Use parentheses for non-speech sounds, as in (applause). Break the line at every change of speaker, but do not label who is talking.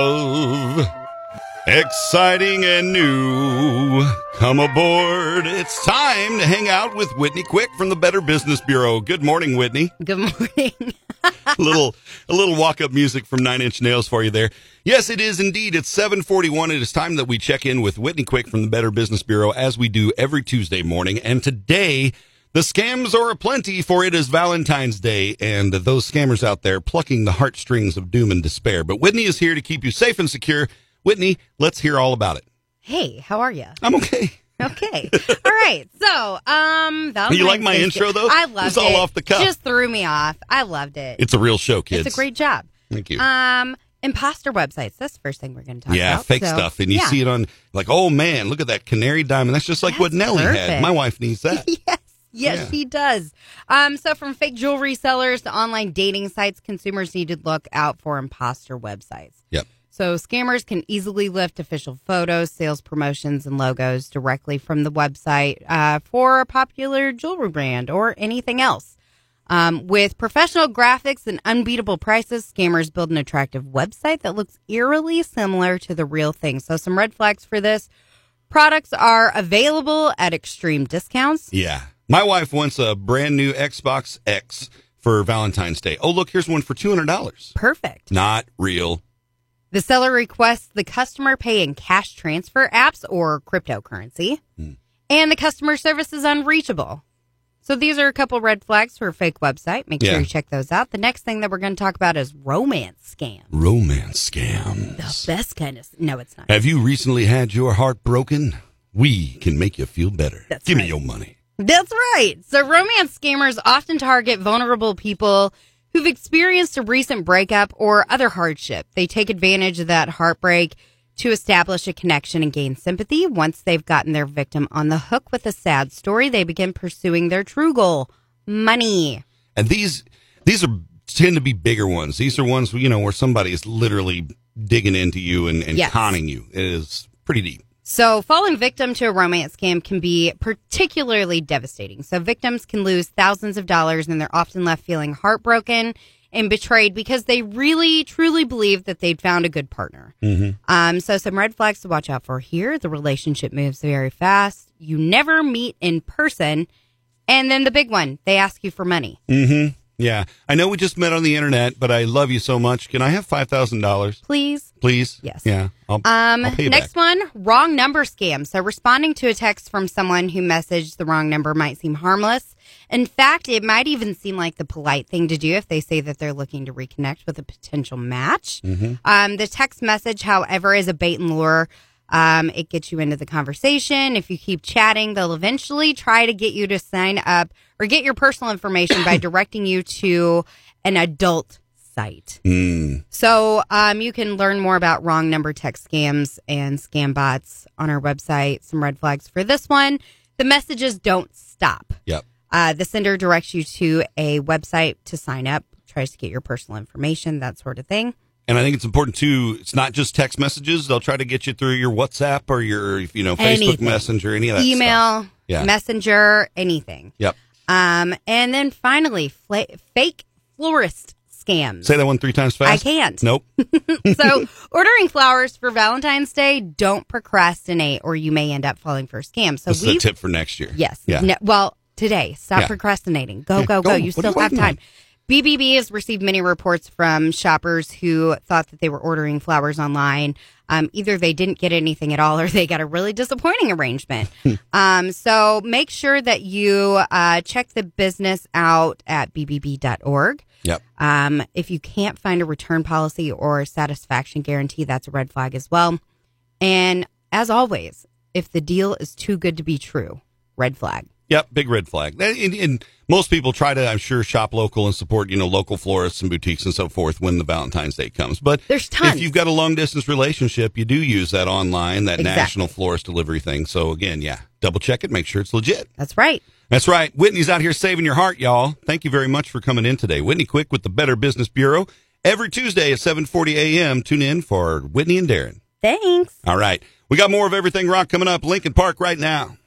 Love, exciting and new. Come aboard. It's time to hang out with Whitney Quick from the Better Business Bureau. Good morning, Whitney.
Good morning. (laughs)
a (laughs) little a little walk up music from Nine Inch Nails for you there. Yes, it is indeed. It's seven forty one. It is time that we check in with Whitney Quick from the Better Business Bureau, as we do every Tuesday morning. And today, the scams are aplenty, for it is Valentine's Day, and those scammers out there plucking the heartstrings of doom and despair. But Whitney is here to keep you safe and secure. Whitney, let's hear all about it.
Hey, how are you?
I'm okay.
Okay.
(laughs)
all right. So, um, that
You like my intro, though?
I loved
It's all
it.
off the cuff.
Just threw me off. I loved it.
It's a real show, kids.
It's a great job.
Thank you.
Um, imposter websites. That's the first thing we're going to talk
yeah,
about.
fake
So,
stuff. And you
yeah.
see it on, like, oh man, look at that canary diamond. That's just like what
That's
Nellie had.
perfect.
My wife needs that.
(laughs) yes, yes,
Yeah.
she does. Um, so from fake jewelry sellers to online dating sites, consumers need to look out for imposter websites.
Yep.
So scammers can easily lift official photos, sales promotions, and logos directly from the website uh, for a popular jewelry brand or anything else. Um, with professional graphics and unbeatable prices, scammers build an attractive website that looks eerily similar to the real thing. So, some red flags for this products are available at extreme discounts.
Yeah. My wife wants a brand new Xbox X for Valentine's Day. Oh, look, here's one for $200.
Perfect.
Not real.
The seller requests the customer pay in cash transfer apps or cryptocurrency,
Hmm.
and the customer service is unreachable. So, these are a couple red flags for a fake website. Make
Yeah.
sure you check those out. The next thing that we're going to talk about is romance scam.
Romance scams.
The best kind of. No, it's not.
Have you recently had your heart broken? We can make you feel better.
That's
Give me
right.
your money.
That's right. So, romance scammers often target vulnerable people who've experienced a recent breakup or other hardship. They take advantage of that heartbreak to establish a connection and gain sympathy. Once they've gotten their victim on the hook with a sad story, they begin pursuing their true goal money.
And these these are tend to be bigger ones. These are ones you know where somebody is literally digging into you and, and
Yes.
conning you. It is pretty deep.
So, falling victim to a romance scam can be particularly devastating. So, victims can lose thousands of dollars and they're often left feeling heartbroken and betrayed because they really, truly believe that they'd found a good partner. Um, so, some red flags to watch out for here. The relationship moves very fast. You never meet in person. And then the big one they ask you for money.
Mm-hmm. Yeah. I know we just met on the internet, but I love you so much. Can I have five thousand dollars,
Please.
please?
Yes.
Yeah. I'll,
Um,
I'll pay you
next
back.
one, wrong number scam. So responding to a text from someone who messaged the wrong number might seem harmless. In fact, it might even seem like the polite thing to do if they say that they're looking to reconnect with a potential match.
Mm-hmm.
Um, the text message, however, is a bait and lure. Um, it gets you into the conversation. If you keep chatting, they'll eventually try to get you to sign up or get your personal information
(coughs)
by directing you to an adult site.
Mm.
So um, you can learn more about wrong number text scams and scam bots on our website. Some red flags for this one. The messages don't stop.
Yep.
Uh, the sender directs you to a website to sign up, tries to get your personal information, that sort of thing.
And I think it's important too. It's not just text messages. They'll try to get you through your WhatsApp or your, you know, Facebook
Anything.
Messenger, any of that stuff.
Email,
Yeah.
messenger, anything.
Yep.
Um, and then finally, fla- fake florist scams.
Say that one three times fast.
I can't.
Nope.
(laughs) so ordering flowers for Valentine's Day, don't procrastinate or you may end up falling for a scam. So
This is
we
a tip for next year.
Yes.
Yeah.
No- well, today, stop
Yeah.
procrastinating. Go,
Yeah, go.
go, go.
What are you
You still have
waiting on?
time. BBB has received many reports from shoppers who thought that they were ordering flowers online. Um, either they didn't get anything at all or they got a really disappointing arrangement.
Hmm.
um, so make sure that you uh, check the business out at BBB.org.
Yep.
Um, if you can't find a return policy or satisfaction guarantee, that's a red flag as well. And as always, if the deal is too good to be true, red flag.
Yep, big red flag. And, and- and most people try to, I'm sure, shop local and support you know local florists and boutiques and so forth when the Valentine's Day comes. But
There's tons.
If you've got a long distance relationship, you do use that online, that
Exactly.
national florist delivery thing. So again, yeah, double check it, make sure it's legit.
That's right.
That's right. Whitney's out here saving your heart, y'all. Thank you very much for coming in today. Whitney Quick with the Better Business Bureau. Every Tuesday at 7:40 a.m. Tune in for Whitney and Darren.
Thanks.
All right, we got more of everything rock coming up. Lincoln Park right now.